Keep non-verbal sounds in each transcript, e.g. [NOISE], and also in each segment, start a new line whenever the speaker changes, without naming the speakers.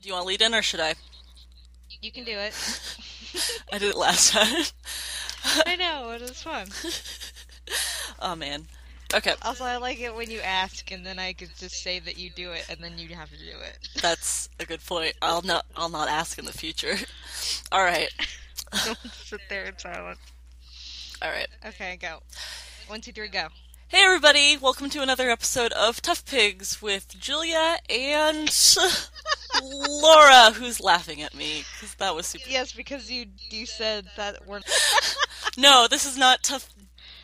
Do you want to lead in or should I?
You can do [LAUGHS] it.
I did it last [LAUGHS] time.
I know, it was fun.
oh man. Okay,
Also, I like it when you ask, and then I could just say that you do it, and then you have to do it.
that's a good point. I'll not I'll not ask in the future. [LAUGHS] All right.
[LAUGHS] Don't sit there in silence.
All right.
Okay, go. One, two, three, go.
Hey everybody, welcome to another episode of Tough Pigs with Julia and [LAUGHS] Laura who's laughing at me cuz that was super.
Yes, because you you said that we're
No, this is not tough.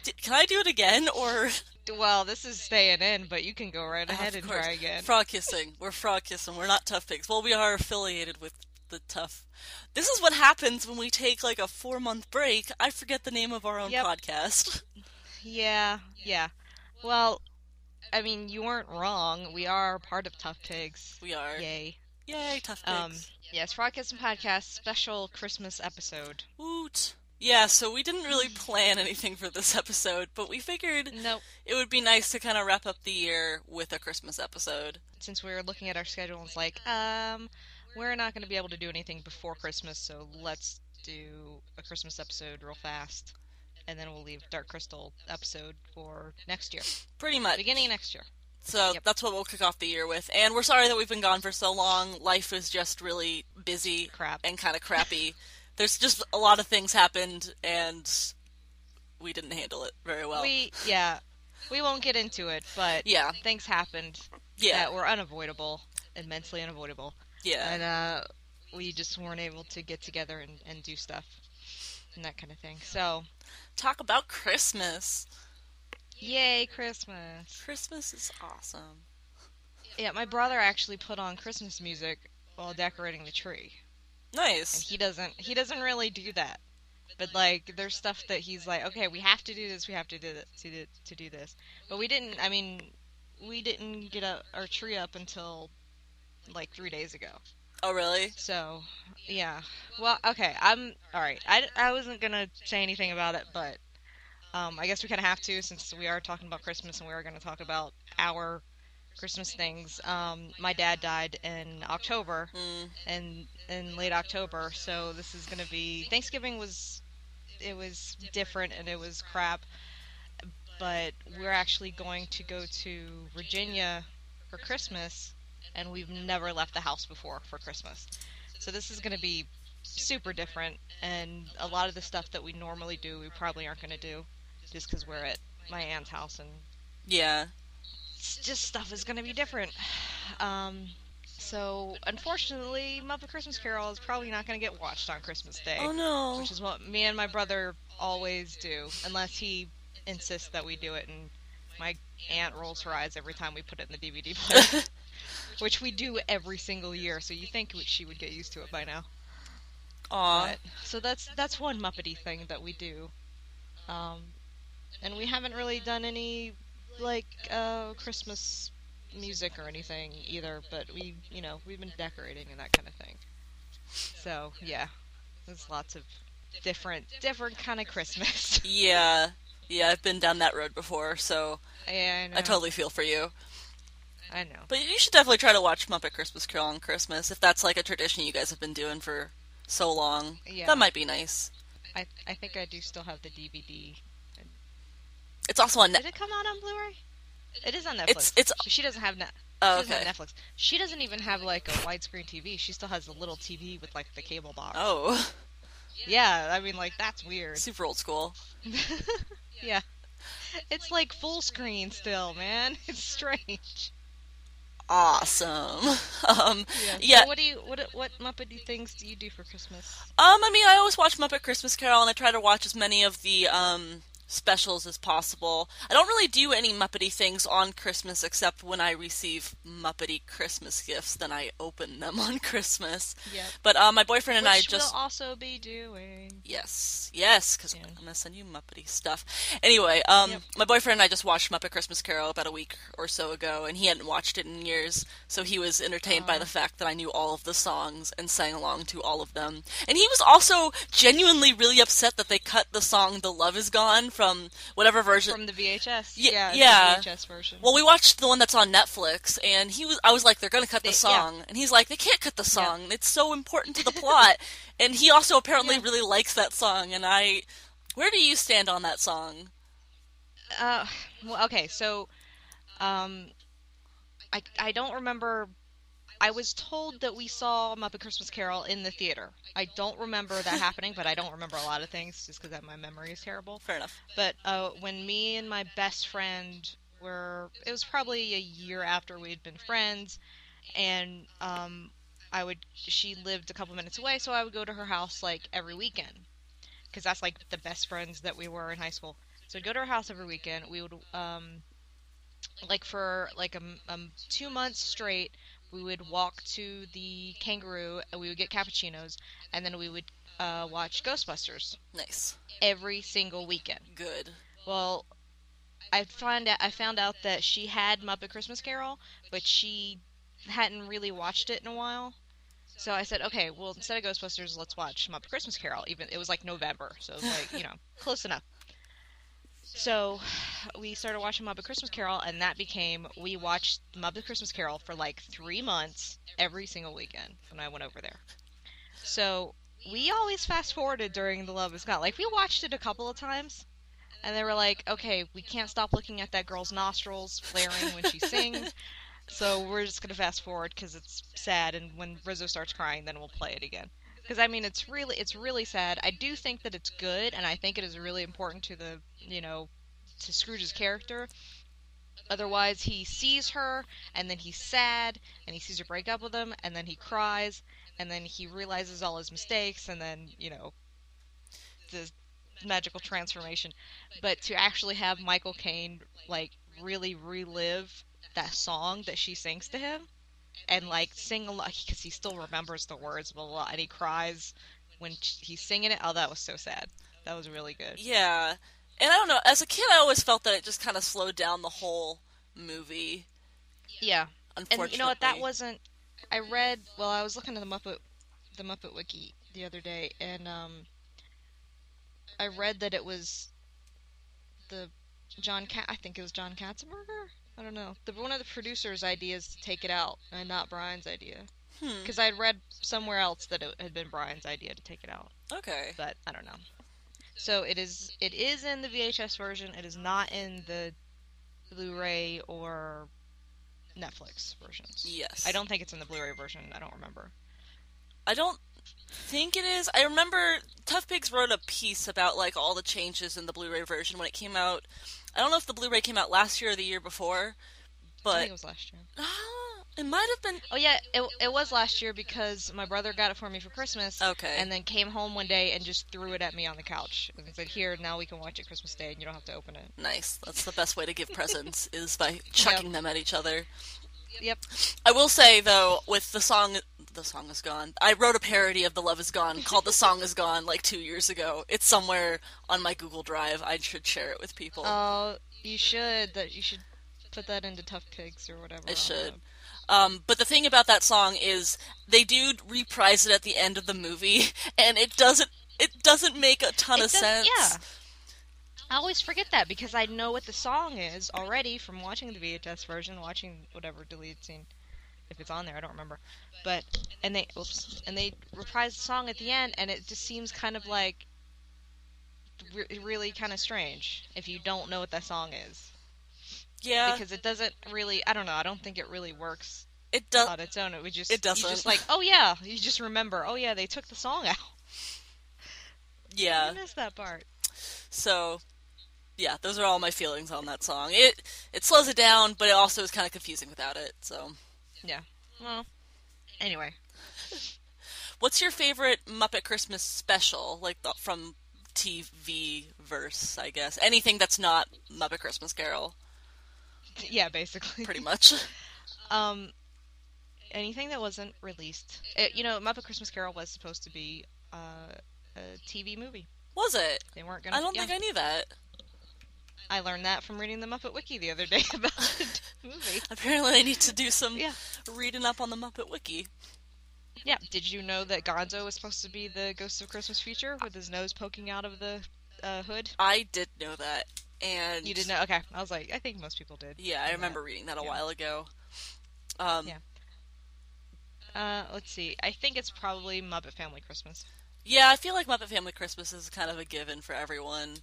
D- Can I do it again or
well. This is staying in, but you can go right ahead
Of
and
course.
try again.
Frog kissing. We're frog kissing. We're not tough pigs. Well, we are affiliated with the tough. This is what happens when we take like a four month break. I forget the name of our own
Yep.
podcast. [LAUGHS]
Yeah, yeah. Well, I mean, you weren't wrong. We are part of Tough Pigs.
We are. Yay,
Yay.
tough pigs.
Um, yes, Rockets and Podcast special Christmas episode.
Woot. Yeah, so we didn't really plan anything for this [LAUGHS] episode, but we figured
Nope.
it would be nice to kind of wrap up the year with a Christmas episode.
Since we were looking at our schedule, and it's like, um, we're not going to be able to do anything before Christmas, so let's do a Christmas episode real fast, and then we'll leave Dark Crystal episode for next year,
Pretty much.
beginning of next year.
So
Yep.
that's what we'll kick off the year with. And we're sorry that we've been gone for so long. Life is just really busy
Crap.
and kind of crappy. There's just a lot of things happened, and we didn't handle it very well.
We yeah, we won't get into it, but
yeah,
things happened
yeah,
that were unavoidable, immensely unavoidable,
yeah.
and uh, we just weren't able to get together and, and do stuff and that kind of thing. So,
Talk about Christmas.
yay Christmas!
Christmas is awesome.
Yeah, my brother actually put on Christmas music while decorating the tree, and
Nice.
he doesn't he doesn't really do that. But like, there's stuff that he's like, okay, we have to do this, we have to do this, to do, to do this. But we didn't. I mean, we didn't get a, our tree up until like three days ago.
Oh, really?
So, yeah. Well, okay. I'm all right. I, I wasn't gonna say anything about it, but um, I guess we kind of have to since we are talking about Christmas and we are gonna talk about our Christmas things. Um, my dad died in October
Mm,
and in late October, so this is gonna be Thanksgiving was it was different and it was crap, but we're actually going to go to Virginia for Christmas, and we've never left the house before for Christmas, so this is gonna be super different and a lot of the stuff that we normally do we probably aren't gonna do just because we're at my aunt's house and
yeah.
it's just stuff is going to be different. Um, so unfortunately, Muppet Christmas Carol is probably not going to get watched on Christmas Day,
Oh no.
which is what me and my brother always do, unless he insists that we do it. And my aunt rolls her eyes every time we put it in the DVD
[LAUGHS]
player, which we do every single year. So you think she would get used to it by now?
Aw.
But- so that's that's one Muppety thing that we do, um, and we haven't really done any like uh, Christmas music or anything either. But we, you know, we've been decorating and that kind of thing. So yeah, there's lots of different different kind of Christmas. [LAUGHS]
Yeah. Yeah, I've been down that road before, so
yeah, I know.
I totally feel for you.
I know.
But you should definitely try to watch Muppet Christmas Carol on Christmas if that's like a tradition you guys have been doing for so long.
Yeah.
That might be nice.
I I think I do still have the DVD.
It's also on. Net-
Did it come out on Blu-ray? It is on Netflix.
it's it's.
she doesn't have net.
Oh,
She doesn't
okay.
have Netflix. She doesn't even have like a widescreen TV. She still has a little TV with like the cable box.
Oh,
Yeah, I mean like that's
[LAUGHS]
weird.
super old school.
[LAUGHS] yeah. It's like full screen still, man. [LAUGHS] It's strange.
Awesome. [LAUGHS] Um,
Yeah.
Yeah.
So what do you what what Muppety things do you do for Christmas?
um, I mean, I always watch Muppet Christmas Carol, and I try to watch as many of the um specials as possible. I don't really do any Muppety things on Christmas, except when I receive Muppety Christmas gifts, then I open them [LAUGHS] on Christmas.
Yep.
But uh, my boyfriend and
Which
I just
we'll also be doing.
Yes, yes, because
Yeah.
I'm gonna send you Muppety stuff. Anyway, um,
Yep.
my boyfriend and I just watched Muppet Christmas Carol about a week or so ago, and he hadn't watched it in years, so he was entertained by
Aw.
the fact that I knew all of the songs and sang along to all of them. And he was also genuinely really upset that they cut the song "The Love Is Gone" from whatever version.
from the VHS.
Ye-
yeah, it's
yeah.
The VHS version.
well, we watched the one that's on Netflix, and he was. I was like, they're going to cut the
They-
song, and he's like, they can't cut the song. It's so important to the
[LAUGHS]
plot. and he also apparently
Yeah.
really likes that song. And I, where do you stand on that song?
Uh, well, okay, so, um, I I don't remember. I was told that we saw Muppet Christmas Carol in the theater. I don't remember that happening, but I don't remember a lot of things just because my memory is terrible.
Fair enough.
But uh, when me and my best friend were, it was probably a year after we had been friends, and um, I would, she lived a couple minutes away, so I would go to her house like every weekend, because that's like the best friends that we were in high school. So I'd go to her house every weekend. We would, um, like for like um, um two months straight, we would walk to the kangaroo, and we would get cappuccinos, and then we would uh, watch Ghostbusters
Nice.
every single weekend.
Good.
Well, I find out, I found out that she had Muppet Christmas Carol, but she hadn't really watched it in a while. So I said, okay, well instead of Ghostbusters, let's watch Muppet Christmas Carol. Even it was like November, so it was like you know close enough. So we started watching Muppet Christmas Carol, and that became we watched Muppet Christmas Carol for like three months every single weekend when I went over there. So we always fast forwarded during the Love Is Gone. Like we watched it a couple of times, and they were like, "Okay, we can't stop looking at that girl's nostrils flaring when she sings." So we're just gonna fast forward because it's sad, and when Rizzo starts crying, then we'll play it again. Because I mean, it's really, it's really sad. I do think that it's good, and I think it is really important to the, you know, to Scrooge's character. Otherwise, he sees her, and then he's sad, and he sees her break up with him, and then he cries, and then he realizes all his mistakes, and then you know, the magical transformation. But to actually have Michael Caine like really relive that song that she sings to him, and like sing a lot because he still remembers the words blah, blah, blah, and he cries when sh- he's singing it. Oh, that was so sad. That was really good.
Yeah. And I don't know. As a kid, I always felt that it just kind of slowed down the whole movie.
Yeah,
Unfortunately,
and you know what? That wasn't. I read. Well, I was looking at the Muppet, the Muppet Wiki the other day, and um, I read that it was the John. Ka- I think it was John Katzenberger. I don't know. The one of the producers' ideas to take it out, and not Brian's idea.
Hmm.
Because I had read somewhere else that it had been Brian's idea to take it out,
okay.
but I don't know. So it is. It is in the VHS version. It is not in the Blu-ray or Netflix versions.
Yes.
I don't think it's in the Blu-ray version. I don't remember.
I don't think it is. I remember Tough Pigs wrote a piece about like all the changes in the Blu-ray version when it came out. I don't know if the Blu-ray came out last year or the year before,
I
but
think it was last year.
Ah, [GASPS] it might have been
Oh yeah, it, it was last year because my brother got it for me for Christmas.
Okay.
And then came home one day and just threw it at me on the couch and said, "Here, now we can watch it Christmas Day, and you don't have to open it."
nice. That's the best way to give presents is by chucking them at each other.
Yep.
I will say though, with the song "The Song Is Gone," I wrote a parody of "The Love Is Gone" called "The Song Is Gone" like two years ago. It's somewhere on my Google Drive. I should share it with people.
Oh, you should. That you should put that into Tough Pigs or whatever.
I
don't
should.
know.
Um, but the thing about that song is they do reprise it at the end of the movie, [LAUGHS] and it doesn't it doesn't make a ton
It
of
does-
sense.
Yeah. I always forget that because I know what the song is already from watching the VHS version, watching whatever deleted scene, if it's on there, I don't remember. But and they oops, and they reprise the song at the end, and it just seems kind of like re- really kind of strange if you don't know what that song is
Yeah,
because it doesn't really. I don't know. I don't think it really works
it does.
on its own. It would just
Uh, It
You
doesn't.
just like oh yeah, you just remember. Oh yeah, they took the song out.
Yeah,
[LAUGHS] I missed that part.
so yeah, those are all my feelings on that song. It it slows it down, but it also is kind of confusing without it. So,
Yeah. Well. Anyway.
what's your favorite Muppet Christmas special? Like the, from TV verse, I guess anything that's not Muppet Christmas Carol,
[LAUGHS] Yeah. Basically.
pretty much. [LAUGHS]
Um, anything that wasn't released. It, you know, Muppet Christmas Carol was supposed to be uh, a TV movie.
Was it?
They weren't gonna.
I don't think I knew that.
I. I learned that from reading the Muppet Wiki the other day [LAUGHS]
[LAUGHS]
about the movie.
Apparently, I need to do some
Yeah.
reading up on the Muppet Wiki.
Yeah. Did you know that Gonzo was supposed to be the Ghost of Christmas Future with his nose poking out of the uh, hood?
I did know that, and
You didn't know? Okay. I was like, I think most people did.
Yeah, I remember reading that a
Yeah.
while ago. Um, yeah.
Yeah. Uh, let's see. I think it's probably Muppet Family Christmas.
I feel like Muppet Family Christmas is kind of a given for everyone.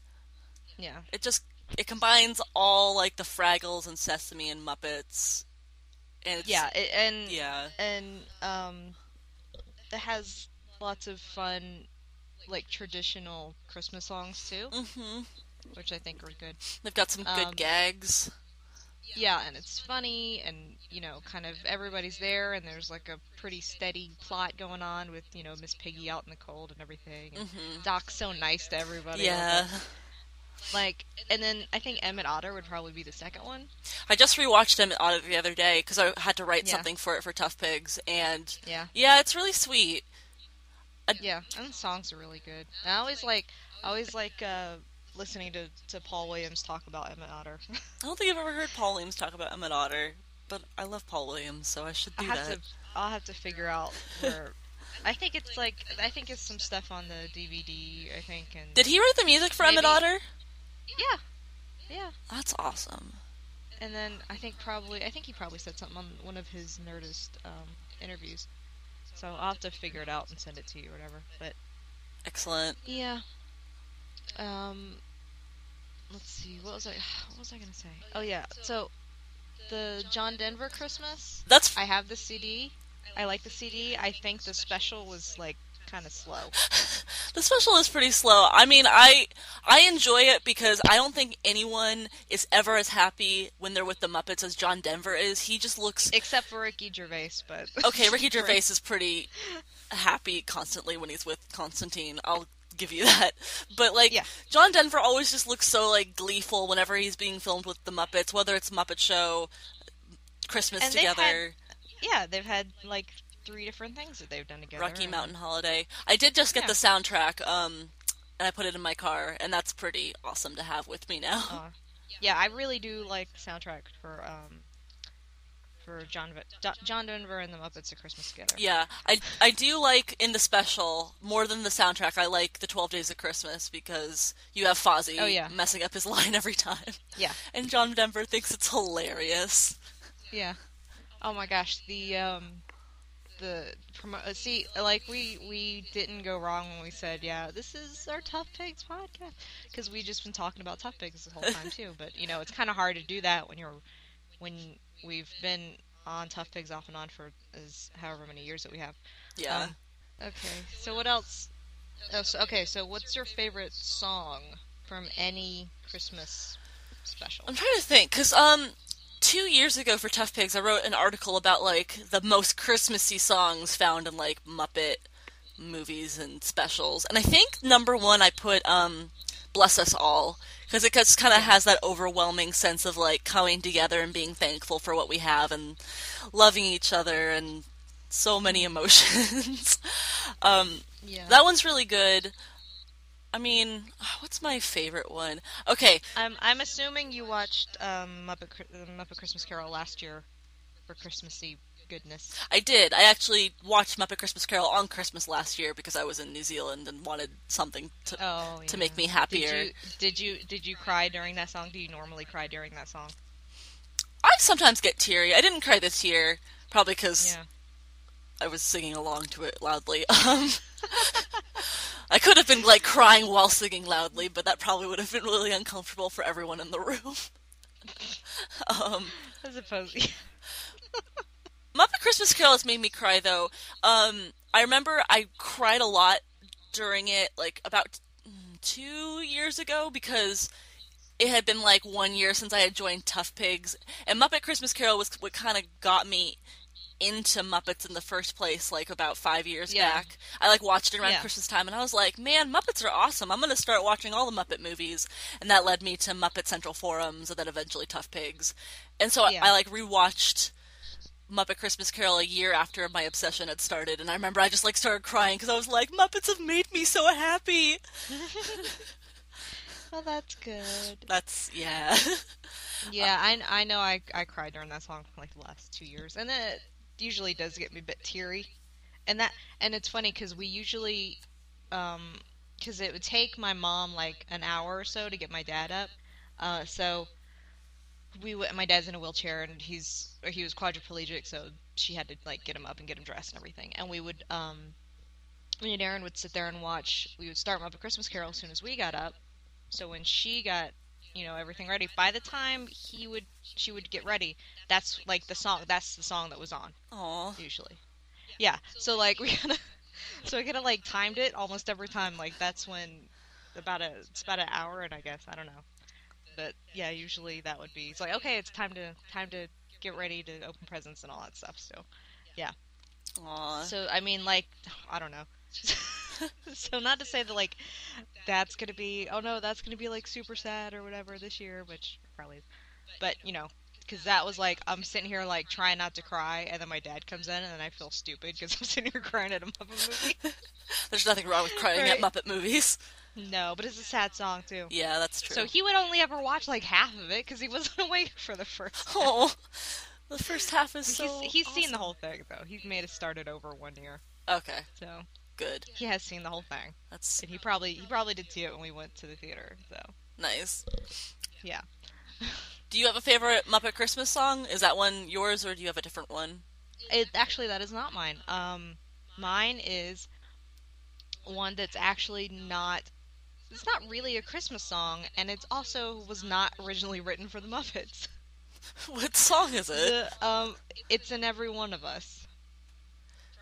Yeah.
It just it combines all like the Fraggles and Sesame and Muppets, and it's,
Yeah. It, and
yeah,
and um, it has lots of fun, like traditional Christmas songs too,
hmm
which I think are good.
They've got some good
Um,
gags.
Yeah, and it's funny, and you know, kind of everybody's there, and there's like a pretty steady plot going on with you know Miss Piggy out in the cold and everything. And
Mhm.
Doc's so nice to everybody. I love
Yeah,
it. Like, and then I think Emmett Otter would probably be the second one.
I just rewatched them on it the other day because I had to write
Yeah.
something for it for Tough Pigs, and
Yeah.
yeah, it's really sweet.
Yeah, and the songs are really good. And I always like, I always like uh, listening to, to Paul Williams talk about Emmett Otter. [LAUGHS]
I don't think I've ever heard Paul Williams talk about Emmett Otter, but I love Paul Williams, so I should
I
do
have
that.
to, I'll have to figure out where. I think it's like, I think it's some stuff on the DVD. I think and
Did he write the music for Emmett
Maybe.
Otter?
yeah, yeah.
That's awesome.
And then I think probably, I think he probably said something on one of his Nerdist um, interviews. So I'll have to figure it out and send it to you or whatever. But
Excellent.
Yeah. Um. Let's see. What was I? [SIGHS] What was I gonna say? Oh yeah. So, the John Denver Christmas.
That's [LAUGHS]
I have the CD. I like the CD. I think the special was like kind of slow.
the special is pretty slow. I mean, I I enjoy it because I don't think anyone is ever as happy when they're with the Muppets as John Denver is. He just looks
Except for Ricky Gervais, but [LAUGHS]
okay. Ricky Gervais is pretty happy constantly when he's with Constantine. I'll give you [LAUGHS] that. But like
Yeah.
John Denver always just looks so like gleeful whenever he's being filmed with the Muppets, whether it's Muppet Show, Christmas
And they've had-
Together.
yeah, they've had like three different things that they've done together.
Rocky
and-
Mountain Holiday. I did just get
Yeah.
the soundtrack, um, and I put it in my car, and that's pretty awesome to have with me now.
Uh, yeah, I really do like the soundtrack for um for John Do- John Denver and the Muppets: A Christmas Together.
yeah, I I do like in the special more than the soundtrack. I like the Twelve Days of Christmas because you have Fozzie
Oh, yeah.
messing up his [LAUGHS] line every time,
Yeah.
and John Denver thinks it's hilarious.
Yeah. Oh my gosh, the um the promo- uh, see like we we didn't go wrong when we said yeah this is our tough pigs podcast because we just been talking about tough pigs the whole time too but you know it's kind of hard to do that when you're when we've been on tough pigs off and on for as however many years that we have
Yeah,
Um, okay so what else oh so okay so what's your favorite song from any christmas special
I'm trying to think because um. Two years ago for Tough Pigs, I wrote an article about like the most Christmassy songs found in like Muppet movies and specials. And I think number one, I put um, "Bless Us All" because it just kind of has that overwhelming sense of like coming together and being thankful for what we have and loving each other and so many emotions. [LAUGHS] um,
yeah
that one's really good. I mean, ah, what's my favorite one? Okay,
I'm Um, I'm assuming you watched um, Muppet Chri- uh, Muppet Christmas Carol last year for Christmassy goodness.
I did. I actually watched Muppet Christmas Carol on Christmas last year because I was in New Zealand and wanted something to,
Oh, yeah.
to make me happier.
Did you did you did you cry during that song? Do you normally cry during
[LAUGHS]
that song?
I sometimes get teary. I didn't cry this year, probably because
Yeah.
I was singing along to it loudly. [LAUGHS] Um, I could have been like crying while singing loudly, but that probably would have been really uncomfortable for everyone in the room. [LAUGHS] um,
As [LAUGHS] opposed,
Muppet Christmas Carol has made me cry though. Um, I remember I cried a lot during it, like about mm, two years ago, because it had been like one year since I had joined Tough Pigs, and Muppet Christmas Carol was what kind of got me into Muppets in the first place, like about five years
Yeah.
back. I like watched it around
Yeah.
Christmas time, and I was like, "Man, Muppets are awesome! I'm gonna start watching all the Muppet movies." And that led me to Muppet Central Forums, and then eventually Tough Pigs. And so I-
Yeah.
I like rewatched Muppet Christmas Carol a year after my obsession had started, and I remember I just like started crying because I was like, "Muppets have made me so happy."
well, that's good.
That's yeah. [LAUGHS]
Yeah, I I know I I cried during that song for like the last two years, and then it usually does get me a bit teary, and that and it's funny because we usually um because it would take my mom like an hour or so to get my dad up. Uh, so we went, my dad's in a wheelchair and he's or he was quadriplegic, so she had to like get him up and get him dressed and everything. And we would um, me and Aaron would sit there and watch. We would start Muppet Christmas Carol as soon as we got up. So when she got you know everything ready, by the time he would she would get ready, that's like the song. That's the song that was on
Aw.
usually. Yeah. So like [LAUGHS] we kind of, so we kind of like timed it almost every time. Like that's when, about a it's about an hour and I guess I don't know, but yeah, usually that would be. It's like okay, it's time to time to get ready to open presents and all that stuff. So
Aw.
so I mean like I don't know. [LAUGHS] so not to say that like that's gonna be oh no that's gonna be like super sad or whatever this year which probably is. but you know because that was like I'm sitting here like trying not to cry and then my dad comes in and then I feel stupid because I'm [LAUGHS] sitting here crying at a Muppet
There's nothing wrong with crying at
Right.
Muppet movies. [LAUGHS]
movie no but it's a sad song too
Yeah, that's true.
so he would only ever watch like half of it because he wasn't [LAUGHS] awake for the first
oh, the first half is so.
he's, he's seen the
awesome.
whole thing though he's made us start it over one year
Okay,
so
good.
he has seen the whole thing
That's
and he probably he probably did see it when we went to the theater so
nice.
yeah
Do you have a favorite Muppet Christmas song? Is that one yours, or do you have a different one? [LAUGHS]
It actually that is not mine. Um, mine is one that's actually not. It's not really a Christmas song, and it's also was not originally written for the
[LAUGHS]
Muppets.
what song is it?
The, um, it's in every one of us.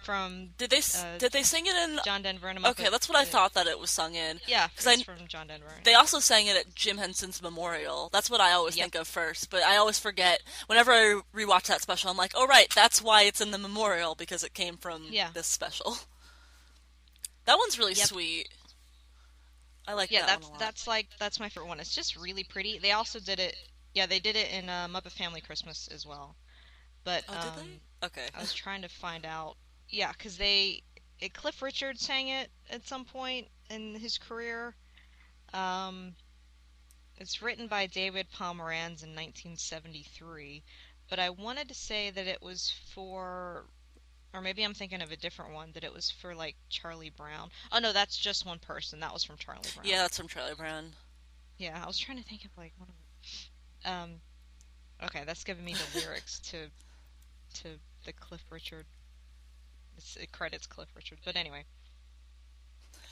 From
Did they s
uh,
did they sing it in?
John Denver and a Muppet.
Okay, that's what I thought that it was sung in.
Yeah,
'Cause
it's
I-
from John Denver.
They also sang it at Jim Henson's memorial. That's what I always
Yep.
think of first, but I always forget. Whenever I rewatch that special, I'm like, "Oh right, that's why it's in the memorial because it came from
Yeah.
this special." [LAUGHS] That one's really
Yep.
sweet. I like
yeah,
that
that's
one a lot.
that's like that's my favorite one. It's just really pretty. They also did it. Yeah, they did it in uh, Muppet Family Christmas as well. But
Oh,
um,
did they? Okay.
I was trying to find out. Yeah, because they, eh, Cliff Richard sang it at some point in his career. Um, it's written by David Pomeranz in 1973, but I wanted to say that it was for, or maybe I'm thinking of a different one. That it was for like Charlie Brown. Oh no, that's just one person. That was from Charlie Brown.
Yeah, that's from Charlie Brown.
Yeah, I was trying to think of like one of the- um okay, that's giving me the lyrics to to the Cliff Richard it's, it credits Cliff Richard. But anyway,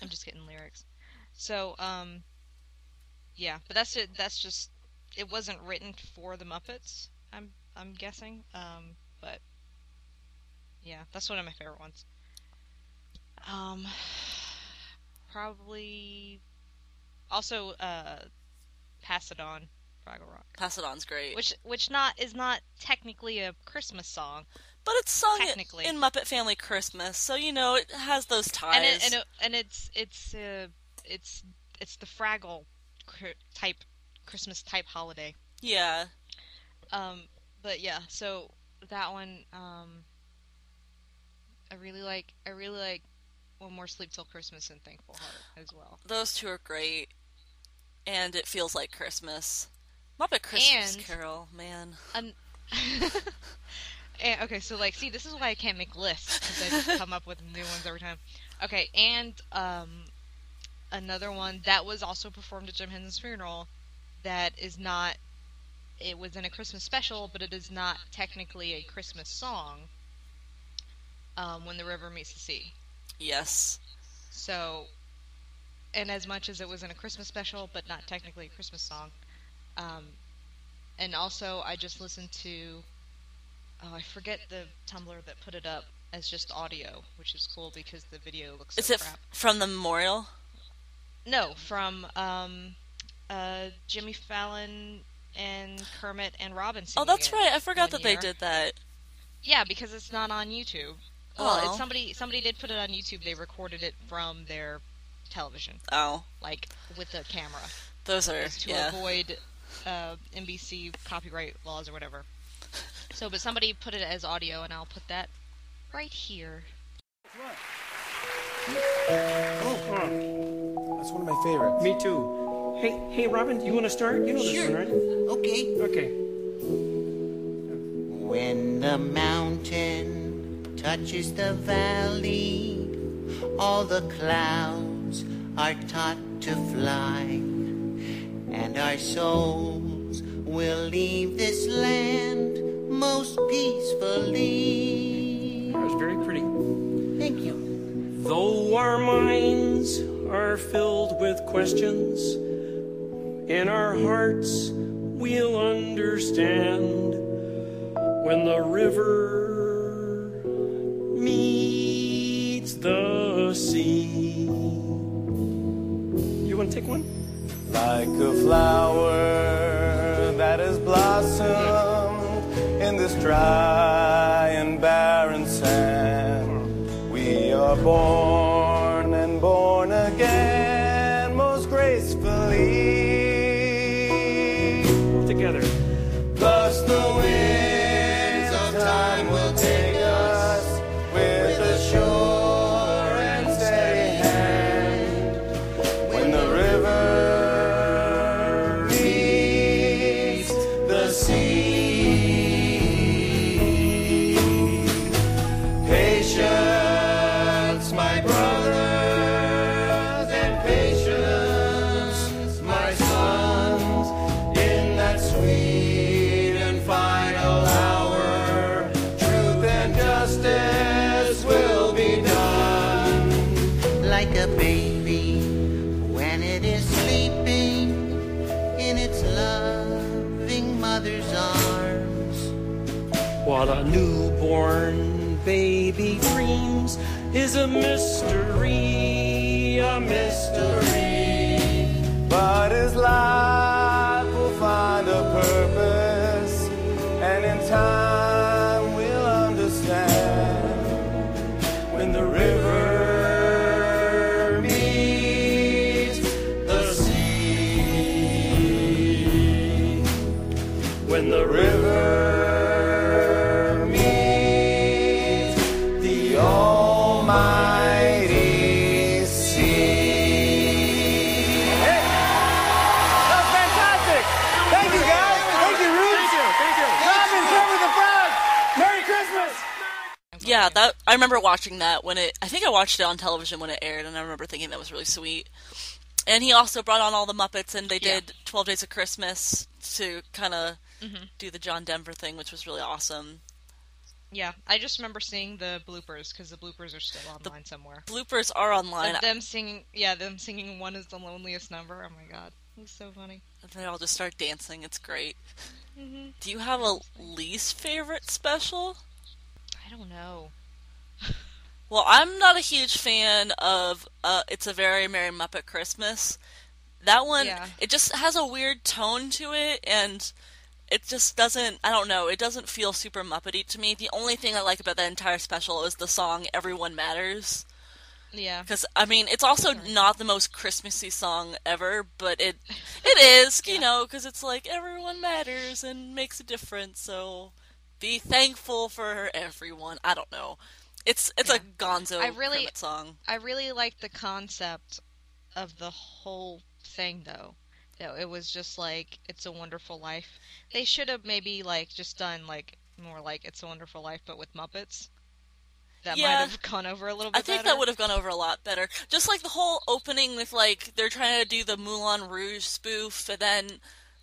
I'm just getting lyrics. So, um yeah, but that's it that's just it wasn't written for the Muppets. I'm I'm guessing. Um but yeah, that's one of my favorite ones. Um probably also uh pass it on fraggle rock
Pass It On's great.
which which not is not technically a christmas song
but it's sung i-
technically.
in Muppet Family Christmas, so you know it has those ties.
and it, and it, and it's it's uh, it's it's the fraggle cr- type christmas type holiday
yeah.
um but yeah so that one um i really like i really like one more sleep till christmas and thankful heart as well
Those two are great, and it feels like Christmas. Muppet Christmas
And-
Carol, man.
[LAUGHS] And- Eh, okay, so like, see, this is why I can't make lists because I just come up with new ones every time. Okay, and um, another one that was also performed at Jim Henson's funeral. That is not. It was in a Christmas special, but it is not technically a Christmas song. Um, when the river meets the sea.
Yes.
So, and as much as it was in a Christmas special, but not technically a Christmas song. Um, and also, I just listened to, oh, I forget the Tumblr that put it up as just audio, which is cool because the video looks
Is
so
it f-
crap.
from the memorial?
No, from um, uh, Jimmy Fallon and Kermit and Robin.
Oh,
singing
that's
it.
right. I forgot
one
that they
year.
did that.
Yeah, because it's not on YouTube. Well,
Oh.
it's somebody somebody did put it on YouTube. They recorded it from their television,
Oh,
like with a camera.
those are
is to
yeah.
avoid uh, NBC copyright laws or whatever. So, but somebody put it as audio, and I'll put that right here.
That's one of my favorites.
Me too. Hey, hey, Robin, you want to start? You know this one, right?
Okay.
Okay.
When the mountain touches the valley, all the clouds
are taught to fly, and our souls will leave this land most peacefully.
That was very pretty.
Thank you.
Though our minds are filled with questions, in our hearts we'll understand when the river meets the sea. You want to take one?
like a flower that has blossomed in this dry and barren sand. We are born and born again most gracefully.
All together.
Thus the winds of time will take us with a sure and steady hand. When the river meets the sea, patience, my brothers, and patience, my sons in that sweet and final hour, truth and justice will be done.
Like a baby when it is sleeping in its loving mother's arms.
What a newborn baby dreams is a mystery, a mystery.
But his life will find a purpose, and in time we'll understand when the river meets the sea.
When the
river meets the almighty sea. Hey, that was fantastic! Thank you, guys. Thank you, Roots.
Thank you.
Robin, cover the frog. Merry Christmas.
Yeah, that I remember watching that when it. I think I watched it on television when it aired, and I remember thinking that was really sweet. And he also brought on all the Muppets, and they
Yeah.
did Twelve Days of Christmas to kind of do the John Denver thing, which was really awesome.
Yeah, I just remember seeing the bloopers because the bloopers are still online somewhere.
Bloopers are online.
Of them singing, yeah, them singing "One is the loneliest number." Oh my god, it was so funny.
They all just start dancing. It's great. Do you have a least favorite special?
I don't know.
Well, I'm not a huge fan of uh, "It's a Very Merry Muppet Christmas." That one,
Yeah.
it just has a weird tone to it, and it just doesn't. I don't know. It doesn't feel super Muppety to me. The only thing I like about that entire special is the song "Everyone Matters,"
Yeah,
because I mean, it's also not the most Christmassy song ever, but
[LAUGHS]
it it is, you know, because it's like everyone matters and makes a difference. So be thankful for everyone. I don't know. It's it's a Gonzo
I really-
Kermit song.
I really liked the concept of the whole thing, though. Though it was just like "It's a Wonderful Life." They should have maybe like just done like more like "It's a Wonderful Life," but with Muppets. That
Yeah.
might have gone over a little bit.
I think
better.
that would have gone over a lot better. Just like the whole opening with like they're trying to do the Moulin Rouge spoof, and then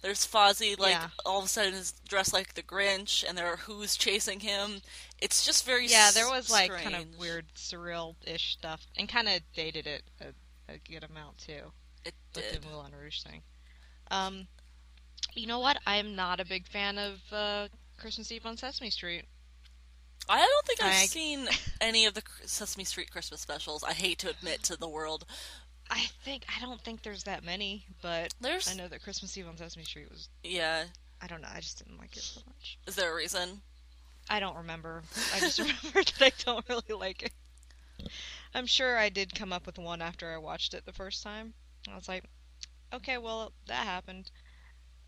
there's Fozzie like
Yeah.
all of a sudden is dressed like the Grinch, and there are who's chasing him. It's just very
Yeah, there
s-
was like kind
strange.
of weird, surreal-ish stuff, and kind of dated it a, a good amount too
It
with
did.
the Moulin Rouge thing. Um, you know what? I'm not a big fan of uh, Christmas Eve on Sesame Street.
I don't think I've
I-
seen any of the Sesame Street Christmas specials. I hate to admit to the world.
I think I don't think there's that many, but
There's
I know that Christmas Eve on Sesame Street was.
yeah.
I don't know. I just didn't like it so much.
Is there a reason?
I don't remember. I just [LAUGHS] remember that I don't really like it. I'm sure I did come up with one after I watched it the first time. I was like, okay, well, that happened.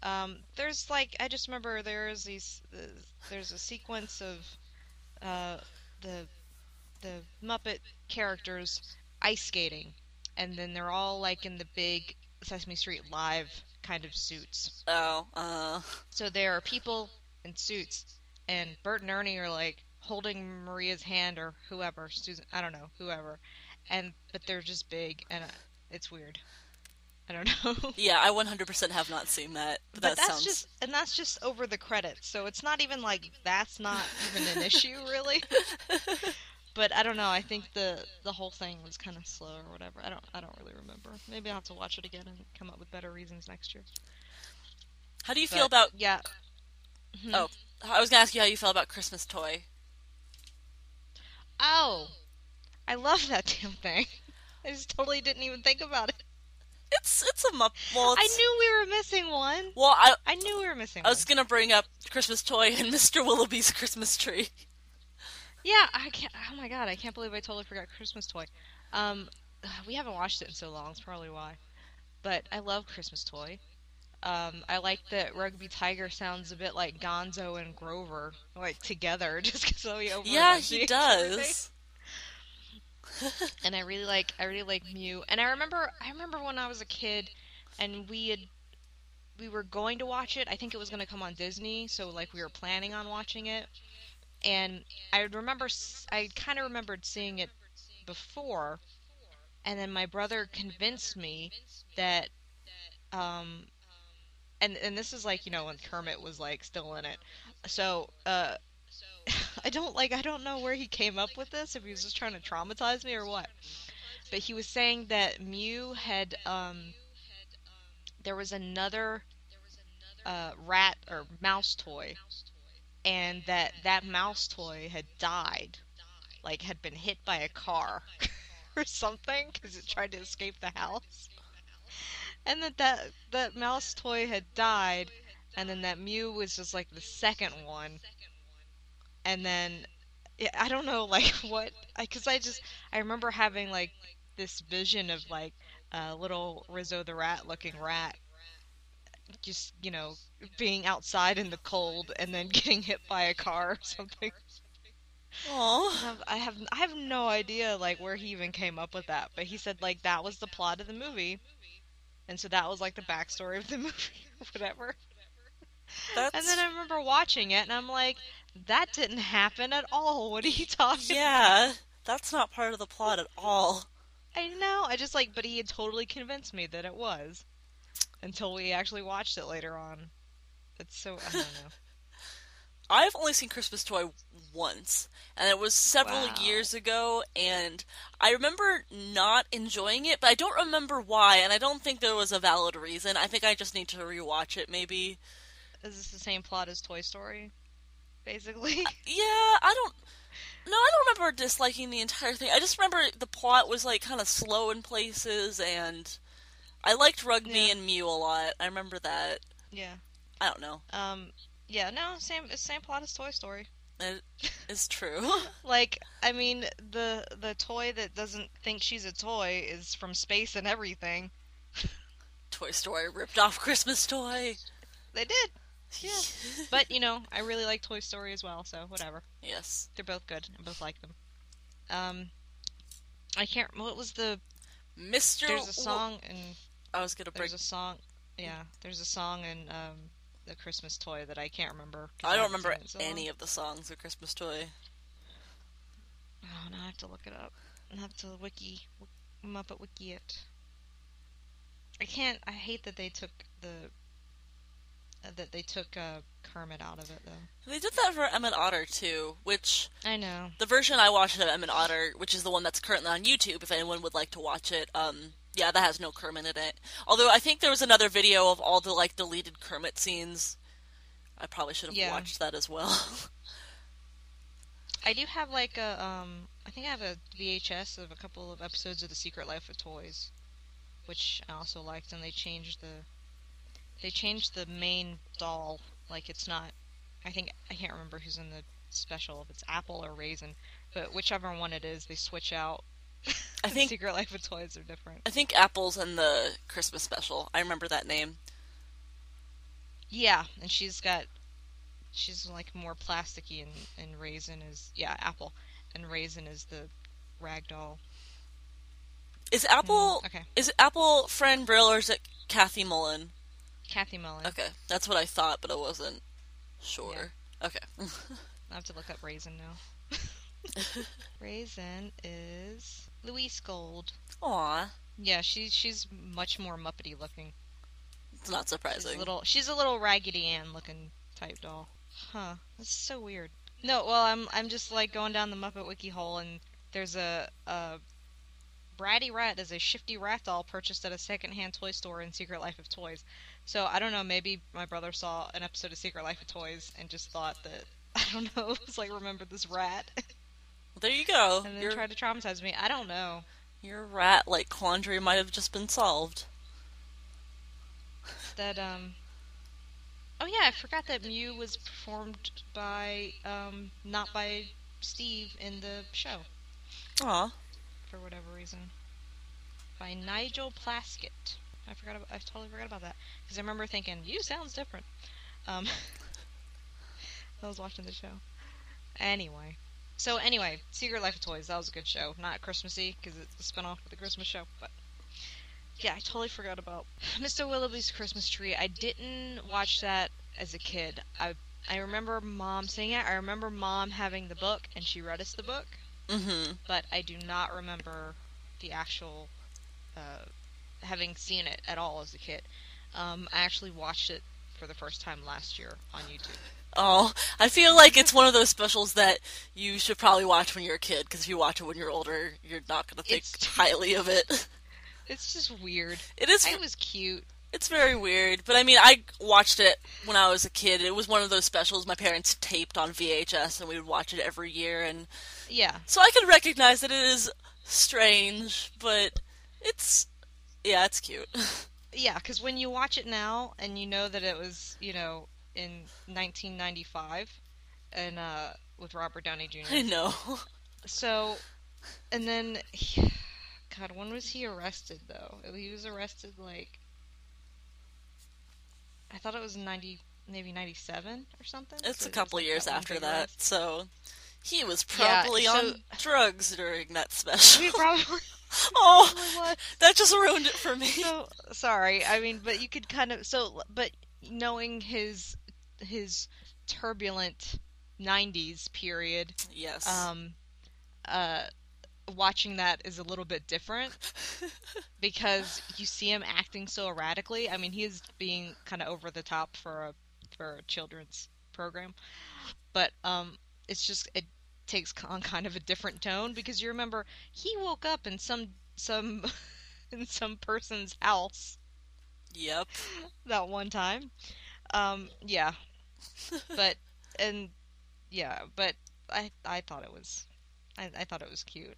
Um, there's like, I just remember there is these, there's a sequence of uh, the the Muppet characters ice skating, and then they're all like in the big Sesame Street Live kind of suits.
Oh, uh,
So there are people in suits, and Bert and Ernie are like holding Maria's hand or whoever, Susan, I don't know, whoever, and but they're just big, and It's weird. I don't [LAUGHS] know.
Yeah, I 100% have not seen that. But,
But
that
that's
sounds.
just and that's just over the credits, so it's not even like that's not even
[LAUGHS]
an issue really. But I don't know. I think the the whole thing was kind of slow or whatever. I don't I don't really remember. Maybe I'll have to watch it again and come up with better reasons next year.
How do you
But,
feel about?
yeah.
Oh, I was gonna ask you how you feel about Christmas Toy.
Oh, I love that damn thing. I just totally didn't even think about it.
It's it's a mup. Well,
I
it's-
knew we were missing one.
Well, I
I knew we were missing
I
one.
was gonna bring up Christmas Toy and [LAUGHS] Mr. Willoughby's Christmas
[LAUGHS]
Tree.
Yeah, I can't. Oh my god, I can't believe I totally forgot Christmas Toy. Um, we haven't watched it in so long. It's probably why. But I love Christmas Toy. Um, I like that Rugby Tiger sounds a bit like Gonzo and Grover, like together, [LAUGHS] just because he over
yeah, he
[LAUGHS]
does.
and I really like I really like Mew. And I remember I remember when I was a kid, and we had we were going to watch it. I think it was going to come on Disney, so like we were planning on watching it. And I remember s- I kind of remembered seeing it before, and then my brother convinced me that um and and this is like you know when Kermit was like still in it. So uh [LAUGHS] I don't like I don't know where he came up with this if he was just trying to traumatize me or what. But he was saying that Mew had um there was another uh, rat or mouse toy and that that mouse toy had died like had been hit by a car [LAUGHS] or something cuz it tried to escape the house. And that that that mouse toy had died and then that Mew was just like the second one and then yeah, I don't know like [LAUGHS] what because I just I remember having like this vision of like a little Rizzo the rat looking rat just you know being outside in the cold and then [LAUGHS] getting hit by a car or something
Aw.
I have- I have I have no idea like where he even came up with that but he said like that was the plot of the movie and so that was like the backstory of the [LAUGHS] movie or whatever
That's
and then I remember watching it and I'm like that didn't happen at all what are you talking
yeah. That's not part of the plot at all.
I know. I just like, but he had totally convinced me that it was until we actually watched it later on. It's so I don't know.
I've only seen Christmas Toy once, and it was several
Wow.
years ago, and I remember not enjoying it, but I don't remember why, and I don't think there was a valid reason. I think I just need to rewatch it, maybe.
Is this the same plot as Toy Story? Basically, [LAUGHS]
Yeah, I don't. No, I don't remember disliking the entire thing. I just remember the plot was like kind of slow in places, and I liked Rugby
Yeah.
and Mew a lot. I remember that.
yeah.
I don't know.
Um, yeah. No, same. It's same plot as Toy Story.
It is true. [LAUGHS]
Like, I mean, the the toy that doesn't think she's a toy is from space and everything.
Toy Story ripped off Christmas Toy.
They did. Yeah. but you know, I really like Toy Story as well. So whatever.
Yes.
They're both good. I both like them. Um, I can't. What was the
Mr.
there's a song and
I was gonna bring.
there's a song yeah there's a song in um the christmas toy that i can't remember 'cause
I don't
haven't
remember
seen it in so long.
any of the songs of Christmas Toy.
oh no i have to look it up i have to wiki muppet wiki it i can't i hate that they took the uh, that they took uh, kermit out of it though
They did that for Emmett Otter too, which
i know
the version I watched of Emmett Otter, which is the one that's currently on YouTube, if anyone would like to watch it. Um, yeah, that has no Kermit in it. Although I think there was another video of all the like deleted Kermit scenes. I probably should have
Yeah.
watched that as well. [LAUGHS]
i do have like a um i think i have a vhs of a couple of episodes of the secret life of toys which i also liked and they changed the they changed the main doll. Like it's not. I think I can't remember who's in the special. If it's Apple or Raisin, but whichever one it is, they switch out. [LAUGHS]
I think
Secret Life of Toys are different.
I think Apple's in the Christmas special. I remember that name.
Yeah, and she's got. She's like more plasticky, and and Raisin is yeah Apple, and Raisin is the rag doll.
Is Apple
Mm, okay.
is it Apple Fran Brill or is it Kathy Mullen?
Kathy Mullen.
Okay, that's what I thought, but I wasn't sure. Okay. [LAUGHS]
I have to look up Raisin now. Raisin is Louise Gold.
Aw,
Yeah, she's she's much more Muppety looking.
It's not
She's a
surprising.
little she's a little Raggedy Ann looking type doll. Huh. That's so weird. No, well I'm I'm just like going down the Muppet Wiki hole and there's a a Bratty Rat is a shifty rat doll purchased at a secondhand toy store in Secret Life of Toys. So I don't know, maybe my brother saw an episode of Secret Life of Toys and just thought that [LAUGHS] I don't know, it was like remember this rat
there you go.
and then
Your,
tried to traumatize me. I don't know.
your rat like quandary might have just been solved.
that um oh yeah i forgot that mew was performed by um not by steve in the show
Aw.
for whatever reason by nigel plaskett i forgot about, i totally forgot about that because i remember thinking you sounds different um [LAUGHS] i was watching the show anyway so anyway secret life of toys that was a good show not christmassy because it's a spin-off of the christmas show but yeah, I totally forgot about [SIGHS] Mr. Willoughby's Christmas Tree. I didn't watch that as a kid. I I remember mom seeing it. I remember mom having the book and she read us the book,
Mm-hmm.
but I do not remember the actual uh, having seen it at all as a kid. Um, I actually watched it for the first time last year on YouTube.
Oh, I feel like it's one of those specials that you should probably watch when you're a kid, because if you watch it when you're older, you're not going to think
It's-
highly of it. [LAUGHS]
It's just weird.
It is
It was cute.
It's very weird, but I mean, I watched it when I was a kid. It was one of those specials my parents taped on VHS, and we would watch it every year. And
Yeah,
so I can recognize that it is strange, but it's yeah, it's cute. [LAUGHS]
Yeah, because when you watch it now and you know that it was, you know, in 1995 and uh, with Robert Downey
I
Jr.
know.
so, and then, God, when was he arrested though? He was arrested like, I thought it was 90, maybe 97 or something.
It's
So
a
it was,
couple
like,
years
that one
after
big
that,
arrest.
so he was
Yeah,
probably
so-
on drugs during that special.
We probably
[LAUGHS] oh,
was.
that just ruined it for me.
so sorry i mean but you could kind of so but knowing his his turbulent 90s period
yes.
um uh watching that is a little bit different because you see him acting so erratically i mean he is being kind of over the top for a for a children's program but um it's just it takes on kind of a different tone because you remember he woke up in some some [LAUGHS] in some person's house
yep.
that one time. Um, yeah,
[LAUGHS]
but and yeah, but I I thought it was I, I thought it was cute.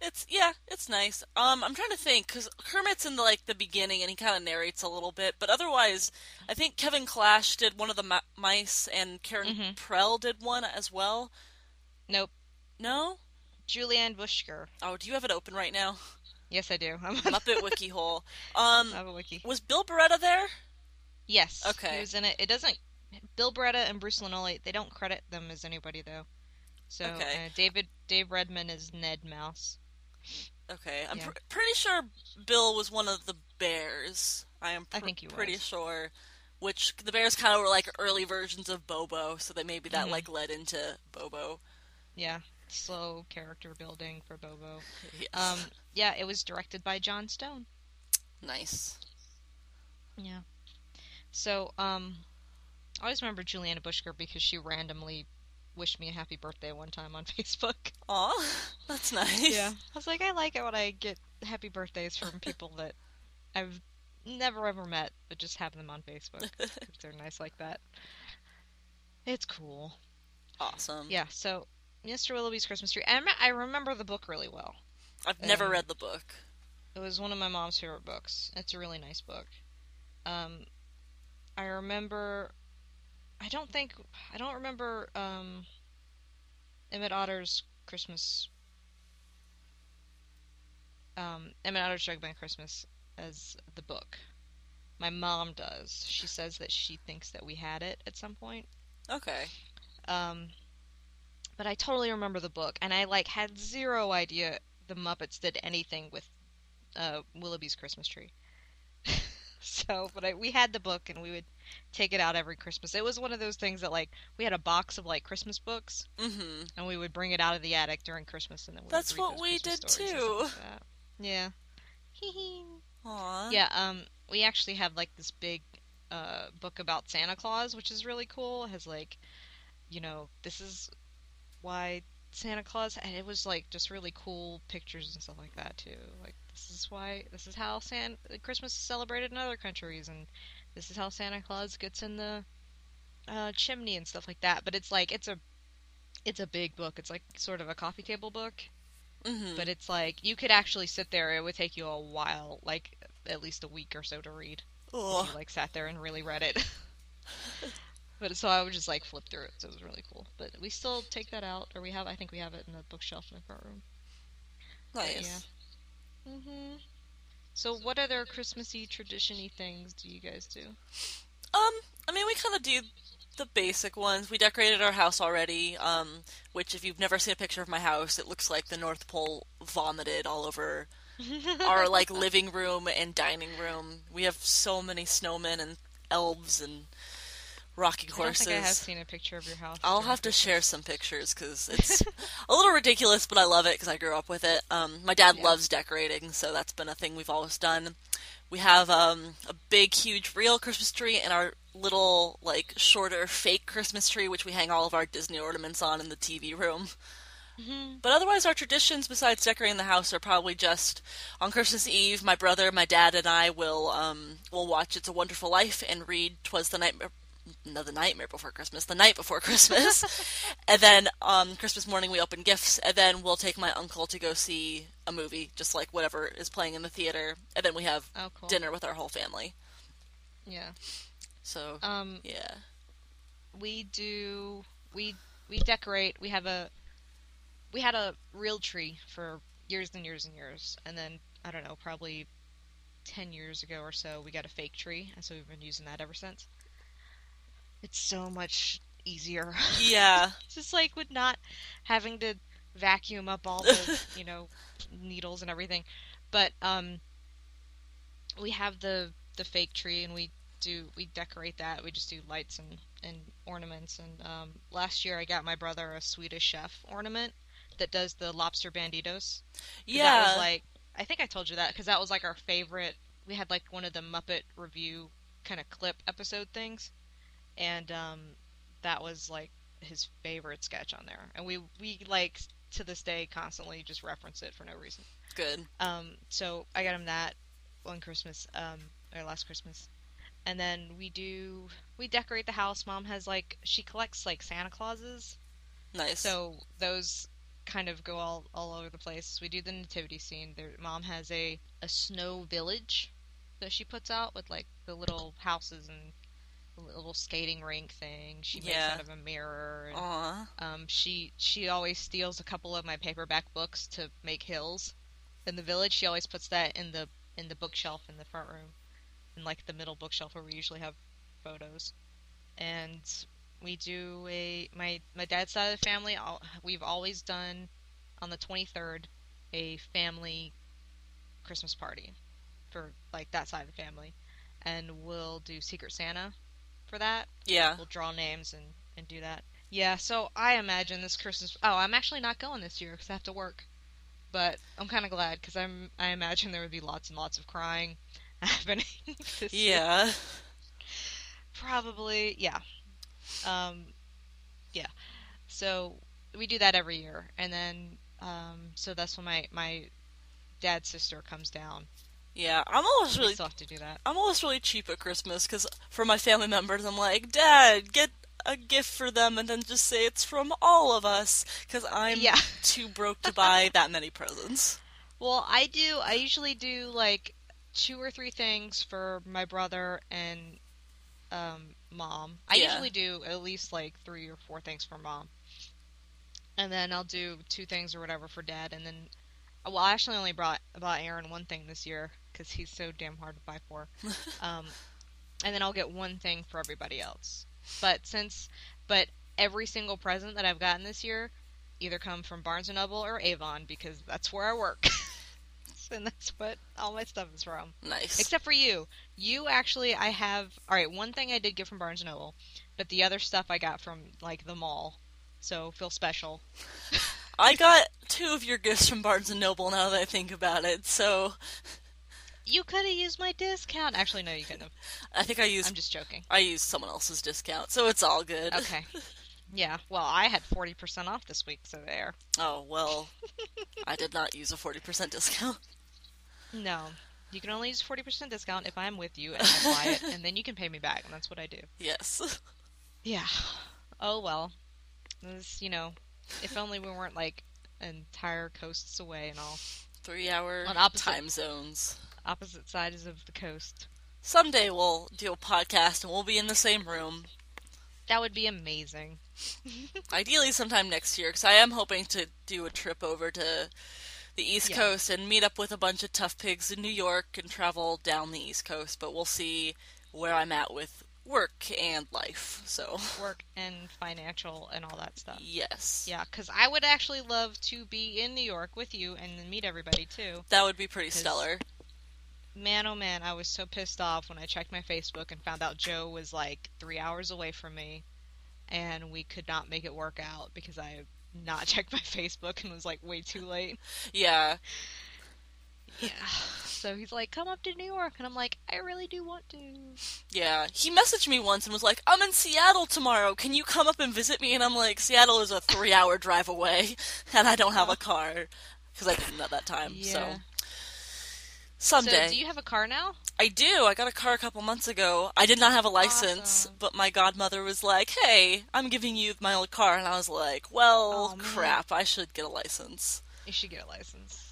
It's yeah, it's nice. Um, I'm trying to think because Kermit's in the, like the beginning and he kind of narrates a little bit, but otherwise, I think Kevin Clash did one of the mi- mice and Karen
Mhm.
Prell did one as well.
Nope,
No,
Julianne Bushker.
oh, do you have it open right now?
[LAUGHS] Yes, I do. I'm on
Muppet Wiki Hole. Um,
I have a wiki.
was Bill Beretta there?
Yes.
Okay.
He was in it. It doesn't. Bill Beretta and Bruce Linoli. They don't credit them as anybody though. So
Okay.
uh, David Dave Redman is Ned Mouse.
Okay, I'm
Yeah.
pr- pretty sure Bill was one of the bears. I am pr-
I think he
pretty
was.
sure. Which the bears kind of were like early versions of Bobo, so that maybe that
Mhm.
like led into Bobo.
Yeah. Slow character building for Bobo.
Yes.
Um, yeah, it was directed by John Stone.
nice.
Yeah. So, um, I always remember Juliana Bushker because she randomly wished me a happy birthday one time on [LAUGHS] Facebook.
Aw, [LAUGHS] that's nice.
[LAUGHS] I was like, I like it when I get happy birthdays from people that I've never ever met, but just have them on Facebook. 'cause they're nice like that. It's cool.
Awesome.
Yeah, so Mr. Willoughby's Christmas Tree. I, rem- I remember the book really well.
I've never
Um,
read the book.
It was one of my mom's favorite books. It's a really nice book. Um, I remember. I don't think I don't remember um, Emmett Otter's Christmas. Um, Emmett Otter's Drug Band Christmas as the book. My mom does. She says that she thinks that we had it at some point.
Okay.
Um, but I totally remember the book, and I like had zero idea the Muppets did anything with uh, Willoughby's Christmas tree. [LAUGHS] so, but I, we had the book, and we would take it out every Christmas. It was one of those things that like we had a box of like Christmas books,
Mm-hmm.
and we would bring it out of the attic during Christmas, and then we would
That's
read
what
those
we
Christmas
did,
stories and stuff
too.
like that. yeah,
Aw.
Yeah, um, we actually have like this big uh, book about Santa Claus, which is really cool. It has like, you know, this is why Santa Claus, and it was like just really cool pictures and stuff like that too. Like this is why, this is how San Christmas is celebrated in other countries, and this is how Santa Claus gets in the uh, chimney and stuff like that. But it's like it's a it's a big book. It's like sort of a coffee table book
Mhm.
but it's like you could actually sit there. It would take you a while, like at least a week or so to read.
Ugh.
You like sat there and really read it. [LAUGHS] but so I would just like flip through it. So it was really cool. But we still take that out, or we have. I think we have it in the bookshelf in the front room.
Nice.
hmm So what other Christmassy traditiony things do you guys do?
Um, I mean, we kind of do the basic ones. We decorated our house already, um, which if you've never seen a picture of my house, it looks like the North Pole vomited all
[LAUGHS]
over our like living room and dining room. We have so many snowmen and elves and rocking horses.
I don't think I have seen a picture of your house.
I'll
so-
have to share some pictures
[LAUGHS]
because it's a little ridiculous, but I love it because I grew up with it. Um, my dad loves decorating, so that's been a thing we've always done. We have um, a big, huge, real Christmas tree and our little, like, shorter fake Christmas tree, which we hang all of our Disney ornaments on in the TV room. But otherwise, our traditions besides decorating the house are probably just on Christmas Eve. My brother, my dad, and I will um, will watch "It's a Wonderful Life" and read "Twas the Nightmare." No, the nightmare before Christmas, the night before Christmas, and then um, Christmas morning we open gifts, and then we'll take my uncle to go see a movie, just like whatever is playing in the theater, and then we have
Oh, cool.
dinner with our whole family.
Yeah.
So
Um,
yeah,
we do we we decorate we have a we had a real tree for years and years and years and then i don't know probably 10 years ago or so we got a fake tree and so we've been using that ever since it's so much easier [LAUGHS]
yeah,
It's just like with not having to vacuum up all the you know needles and everything but um we have the the fake tree and we do we decorate that we just do lights and and ornaments and um last year i got my brother a swedish chef ornament that does the lobster banditos 'Cause
yeah.
that was like i think i told you that because that was like our favorite we had like one of the muppet review kind of clip episode things and um that was like his favorite sketch on there and we we like to this day constantly just reference it for no reason
Good.
um, so I got him that one Christmas, um, or last Christmas. And then we do we decorate the house. Mom has like she collects like Santa Clauses,
Nice.
so those kind of go all all over the place. We do the nativity scene. There, Mom has a a snow village that she puts out with like the little houses and the little skating rink thing. She makes
Yeah.
out of a mirror. And,
Aw.
um, she she always steals a couple of my paperback books to make hills. In the village, she always puts that in the in the bookshelf in the front room, in like the middle bookshelf where we usually have photos. And we do a my my dad's side of the family. All, we've always done on the twenty third a family Christmas party for like that side of the family, and we'll do Secret Santa for that
Yeah.
we'll draw names and and do that. Yeah, so I imagine this Christmas. Oh, I'm actually not going this year because I have to work. But I'm kind of glad because I'm I imagine there would be lots and lots of crying [LAUGHS] happening. this year.
Yeah.
probably yeah, um, yeah. So we do that every year, and then um, so that's when my my dad's sister comes down.
Yeah. I'm almost
We
really
still have to do that.
I'm always really cheap at Christmas because for my family members, I'm like, Dad, get a gift for them and then just say it's from all of us because I'm
Yeah.
too broke
[LAUGHS]
to buy that many presents.
Well, I do. I usually do like two or three things for my brother and um, mom. I
Yeah.
usually do at least like three or four things for mom, and then I'll do two things or whatever for dad. And then, well, I actually only brought bought Aaron one thing this year because he's so damn hard to buy for. um, and then I'll get one thing for everybody else. But since, but every single present that I've gotten this year either come from Barnes and Noble or Avon because that's where I work. [LAUGHS] and that's what all my stuff is from.
Nice.
Except for you. You actually I have all right, one thing I did get from Barnes and Noble, but the other stuff I got from like the mall. So feel special.
I got two of your gifts from Barnes and Noble now that I think about it, so
You could have used my discount. Actually, no, you couldn't have.
I think I used
I'm just joking.
I used someone else's discount, so it's all good.
Okay. Yeah. Well, I had 40% off this week, so there.
Oh well, I did not use a forty percent discount. [LAUGHS]
No. You can only use 40% discount if I'm with you and I buy it, and then you can pay me back, and that's what I do.
Yes,
Yeah. Oh well. This, you know, if only we weren't like entire coasts away and all
three hour
On opposite-
time zones.
opposite sides of the coast.
Someday we'll do a podcast and we'll be in the same room.
That would be amazing.
Ideally, sometime next year, because I am hoping to do a trip over to the East
Yeah.
Coast and meet up with a bunch of tough pigs in New York and travel down the East Coast. But we'll see where I'm at with work and life. So
Work and financial and all that stuff.
yes,
Yeah, because I would actually love to be in New York with you and then meet everybody too.
that would be pretty
'Cause-
stellar.
Man, oh man, I was so pissed off when I checked my Facebook and found out Joe was like three hours away from me, and we could not make it work out because I had not [LAUGHS] checked my Facebook and was like way too late.
Yeah.
Yeah. [SIGHS] so he's like, "Come up to New York," and I'm like, "I really do want to."
Yeah, he messaged me once and was like, "I'm in Seattle tomorrow. Can you come up and visit me?" And I'm like, "Seattle is a three-hour drive away, [LAUGHS] and I don't have a car because I didn't at that time."
Yeah.
So someday
So, do you have a car now?
I do. I got a car a couple months ago. I did not have a license,
Awesome.
but my godmother was like, "Hey, I'm giving you my old car," and I was like, "Well,
Aw, man.
crap. I should get a license."
You should get a license.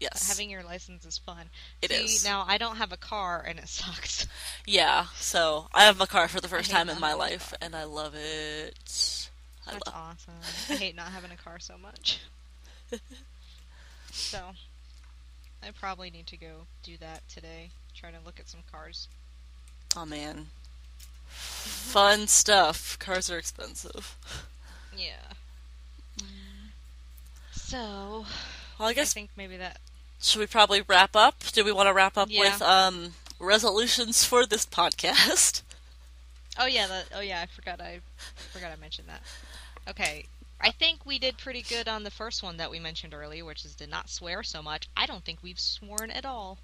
Yes,
Having your license is fun.
It
It is.
is.
Now I don't have a car, and it [LAUGHS] sucks.
yeah. So I have a car for the first
hate
time in
not
my
having a
life, and I love it. I
That's
love.
awesome.
[LAUGHS]
I hate not having a car so much. so, I probably need to go do that today. Try to look at some cars.
Oh man. Fun stuff. Cars are expensive.
Yeah. So,
Well, I
I
guess
think maybe that.
should we probably wrap up? Do we want to wrap up
Yeah.
with um resolutions for this
[LAUGHS]
podcast?
Oh yeah, that, oh yeah, I forgot I forgot I mentioned that. Okay. I think we did pretty good on the first one that we mentioned earlier, which is did not swear so much. I don't think we've sworn at all.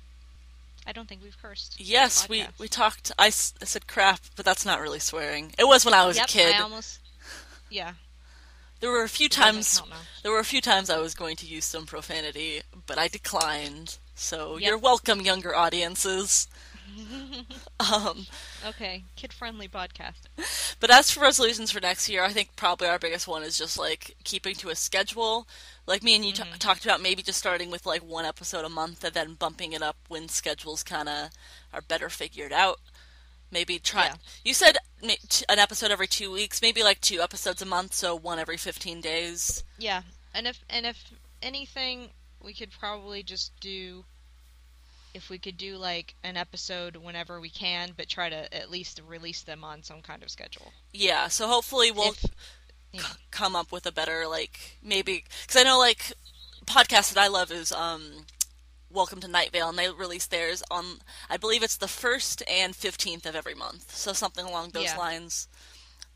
I don't think we've cursed. on the
Yes, we
podcast.
we talked. I, s- I said crap, but that's not really swearing. It was when I was
yep,
a kid.
I almost Yeah.
there were a few
doesn't
times
count now.
there were a few times I was going to use some profanity, but I declined. So
Yep.
you're welcome, younger
[LAUGHS]
audiences. um,
Okay, kid friendly podcast.
But as for resolutions for next year, I think probably our biggest one is just like keeping to a schedule. Like me and you t-
Mm-hmm.
talked about, maybe just starting with like one episode a month and then bumping it up when schedules kind of are better figured out. Maybe try.
Yeah.
You said ma- t- an episode every two weeks, maybe like two episodes a month, so one every 15 days.
Yeah, and if and if anything, we could probably just do if we could do like an episode whenever we can, but try to at least release them on some kind of schedule.
Yeah, so hopefully we'll
If- yeah.
c- come up with a better, like, maybe. Because I know, like, podcast that I love is um, Welcome to Night Vale, and they release theirs on, I believe it's the 1st and 15th of every month. So something along those
Yeah. Mm-hmm.
lines.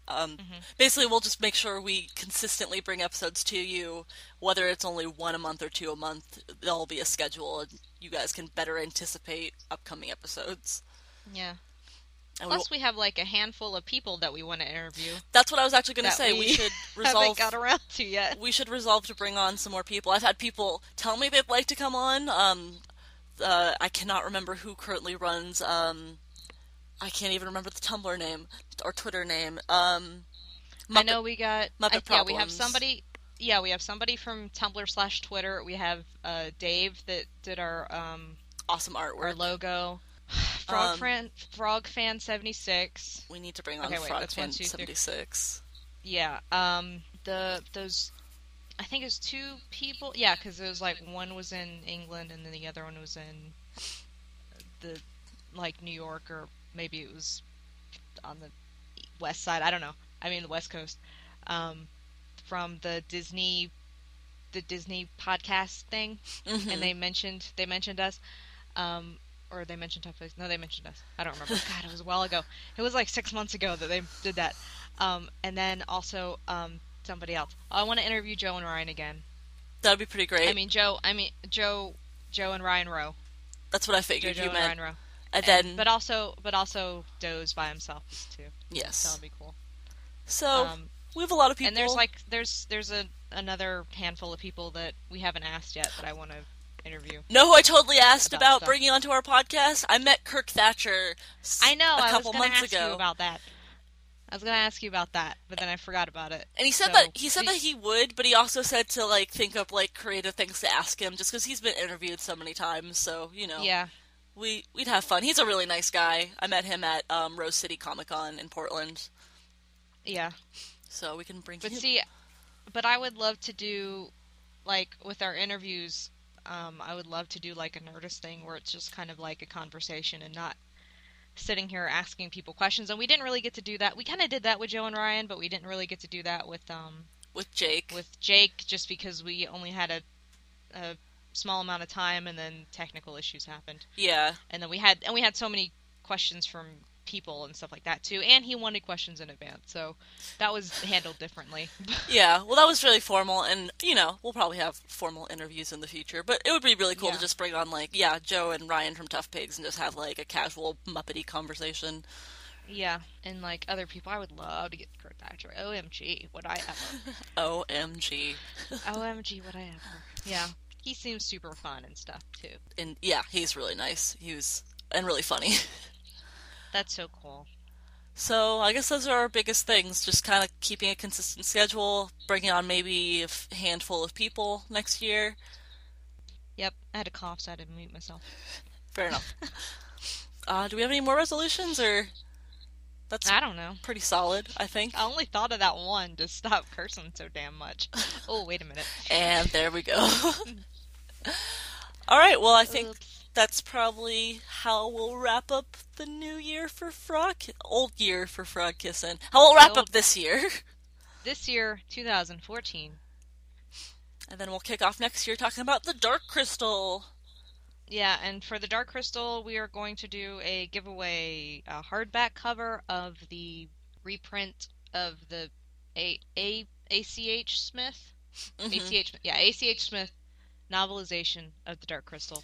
Um, Basically, we'll just make sure we consistently bring episodes to you, whether it's only one a month or two a month. There'll be a schedule, and you guys can better anticipate upcoming episodes.
Yeah.
And we-
Plus, we have like a handful of people that we want to
[LAUGHS]
interview.
that's what I was actually going to
that
say. We,
we
should
[LAUGHS] Haven't
resolve.
got around to yet.
we should resolve to bring on some more people. I've had people tell me they'd like to come on. Um, uh, I cannot remember who currently runs. Um, I can't even remember the Tumblr name or Twitter name. Um, Muppet,
I know we got.
Muppet
I, yeah, we have
Problems.
somebody. Yeah, we have somebody from Tumblr slash Twitter. We have uh, Dave that did our um,
awesome
our
artwork.
logo. [SIGHS] Frog
Um,
fan, Frog fan seventy six.
we need to bring on
Okay, wait,
Frog
that's one,
Fan
two, three.
seventy six.
Yeah. Um. The those. I think it was two people. Yeah, because it was like one was in England and then the other one was in the like New York or maybe it was on the west side. I don't know. I mean the west coast. Um, from the Disney, the Disney podcast thing and they mentioned they mentioned us, um, or they mentioned Tough Place. No, they mentioned us. I don't remember. God, it was a while ago. It was like six months ago that they did that. Um, and then also um, somebody else. I want to interview Joe and Ryan again.
That'd be pretty great.
I mean Joe. I mean Joe. Joe and Ryan Rowe.
That's what I figured
JoJo
you
and
meant.
Rhinro.
And then,
but also, but also Doe's by himself too. So
yes.
that'd be cool.
So
um,
we have a lot of people.
And there's like there's there's a another handful of people that we haven't asked yet that I want to interview.
know who I totally asked
About
about
stuff.
bringing onto our podcast? I met Kirk Thatcher. s-
I know.
a
I was
couple
going to
months
ask
ago,
you about that. I was going to ask you about that, but then I forgot about it.
and he said
So,
that he said that
please-
he would, but he also said to like think of like creative things to ask him, just because he's been interviewed so many times. So you know,
Yeah.
we we'd have fun. He's a really nice guy. I met him at um, Rose City Comic Con in Portland,
Yeah.
so we can bring.
But
him.
see, but I would love to do, like, with our interviews, um, I would love to do, like, a Nerdist thing where it's just kind of like a conversation and not sitting here asking people questions. And we didn't really get to do that. We kind of did that with Joe and Ryan, but we didn't really get to do that with, um,
with Jake,
with Jake just because we only had a, a small amount of time and then technical issues happened.
yeah,
And then we had, and we had so many questions from people and stuff like that too and he wanted questions in advance so that was handled differently [LAUGHS]
yeah. Well, that was really formal, and you know, we'll probably have formal interviews in the future. But it would be really cool to
Yeah.
just bring on like yeah, Joe and Ryan from Tough Pigs, and just have like a casual muppety conversation.
Yeah, and like other people, I would love to get Kurt Thatcher. OMG, would I [LAUGHS] ever?
Omg,
OMG, would I ever? Yeah, he seems super fun and stuff too.
and yeah, he's really nice. He was and really funny. [LAUGHS]
That's so cool.
So I guess those are our biggest things: just kind of keeping a consistent schedule, bringing on maybe a f- handful of people next year.
Yep, I had a cough, so I had to mute myself.
Fair enough. uh, do we have any more resolutions, or that's
I Oh. don't know.
pretty solid, I think.
I only thought of that one to stop cursing so damn [LAUGHS] much. Oh, wait a minute.
And there we go. [LAUGHS] All right. Well, I think
Oops.
that's probably how we'll wrap up the new year for frog, old year for frog kissing. How we'll wrap
Oh.
up this year, [LAUGHS]
This year, 2014.
and then we'll kick off next year talking about the dark crystal.
Yeah, and for the Dark Crystal, we are going to do a giveaway a hardback cover of the reprint of the a a ACH Smith
Mhm.
ACH yeah, ACH Smith novelization of The Dark Crystal,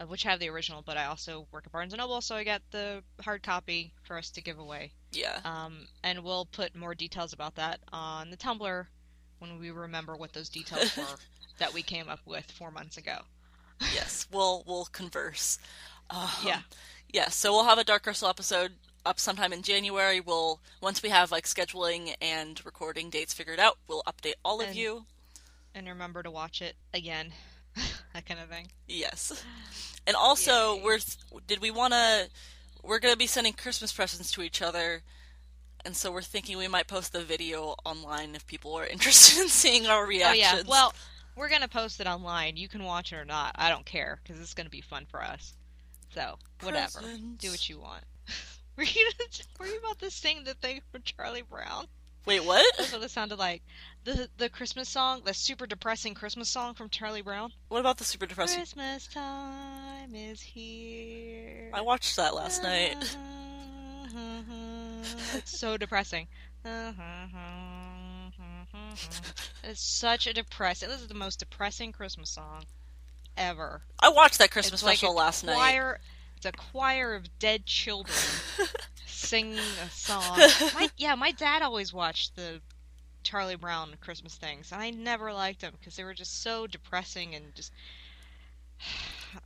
uh, which I have the original, but I also work at Barnes and Noble, so I got the hard copy for us to give away.
Yeah.
Um, and we'll put more details about that on the Tumblr when we remember what those details were that we came up with four months ago.
yes, we'll we'll converse. Um,
Yeah.
yeah. So we'll have a Dark Crystal episode up sometime in January. We'll once we have like scheduling and recording dates figured out, we'll update all of
And-
you.
and remember to watch it again. [LAUGHS] that kind of thing.
Yes. And also,
Yay.
we're th- did we want to? We're gonna be sending Christmas presents to each other, and so we're thinking we might post the video online if people are [LAUGHS] interested in seeing our
Oh
reactions.
yeah. Well, we're gonna post it online. You can watch it or not. I don't care because it's gonna be fun for us. So whatever. Do
Presents.
what you want. [LAUGHS] were you were you about to sing the thing from Charlie Brown?
Wait, what?
That's what it sounded like. The the Christmas song, the super depressing Christmas song from Charlie Brown.
What about the super depressing?
Christmas time is here.
I watched that last night.
It's [LAUGHS] so depressing.
[LAUGHS]
It's such a depressing. This is the most depressing Christmas song ever.
I watched that Christmas
it's like
special
a
last night.
choir, It's a choir of
[LAUGHS]
dead children singing a song. My, yeah, my dad always watched the Charlie Brown Christmas things, and I never liked them because they were just so depressing and just. [SIGHS]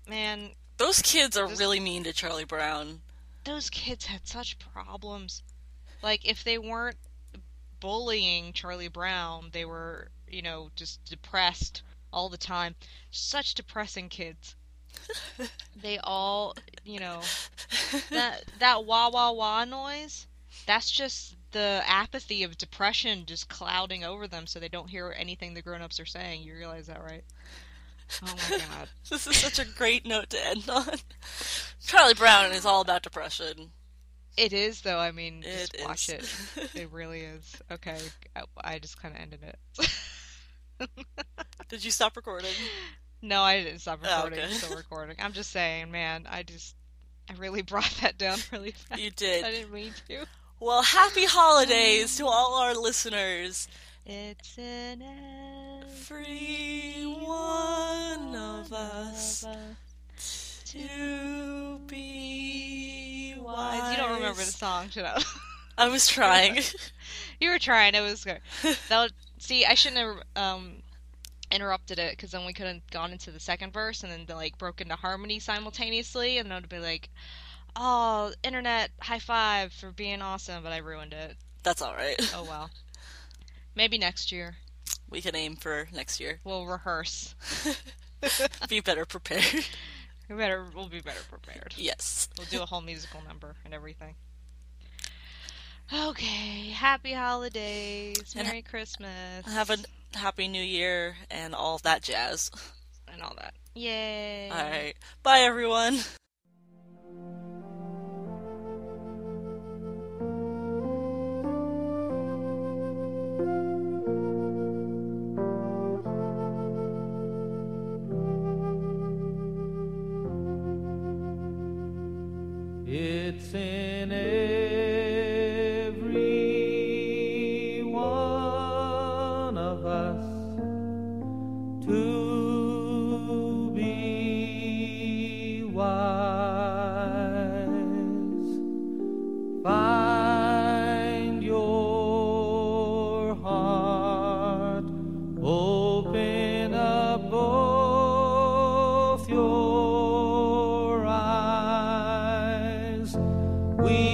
Man,
Those kids are
Just-
really mean to Charlie Brown. [LAUGHS]
those kids had such problems. Like if they weren't bullying Charlie Brown, they were, you know, just depressed all the time. Such depressing kids. they all, you know, that that wah wah wah noise, that's just the apathy of depression just clouding over them so they don't hear anything the grown-ups are saying. You realize that, right? Oh my god.
This is
[LAUGHS]
such a great note to end on. [LAUGHS] Charlie Brown is all about depression.
It is though. I mean, just
It
watch
is.
it.
[LAUGHS]
It really is. Okay, I, I just kind of ended it. [LAUGHS]
Did you stop recording?
no, I didn't stop
Oh,
recording. I'm
okay.
still recording. I'm just saying, man. I just, I really [LAUGHS] brought that down really
[LAUGHS]
fast.
You
I
did.
didn't mean to.
Well, happy holidays to all our listeners.
It's an end
Free one of us.
of us
To be wise.
You don't remember the song, should I?
I was trying. [LAUGHS]
you were trying. It was good. That would- see, I shouldn't have um, interrupted it because then we could have gone into the second verse and then they like broke into harmony simultaneously, and I would be like, "Oh, internet high five for being awesome," but I ruined it.
That's all right.
Oh well. Maybe next year
We can aim for next year.
we'll rehearse.
Be better prepared. [LAUGHS]
We better. We'll be better prepared.
yes.
We'll do a whole musical number and everything. Okay. Happy holidays.
And-
Merry Christmas.
Have a happy new year and all that jazz.
and all that. Yay.
All right. Bye, everyone.
It's in every one of us to be wise. Find your heart, open up both your eyes. We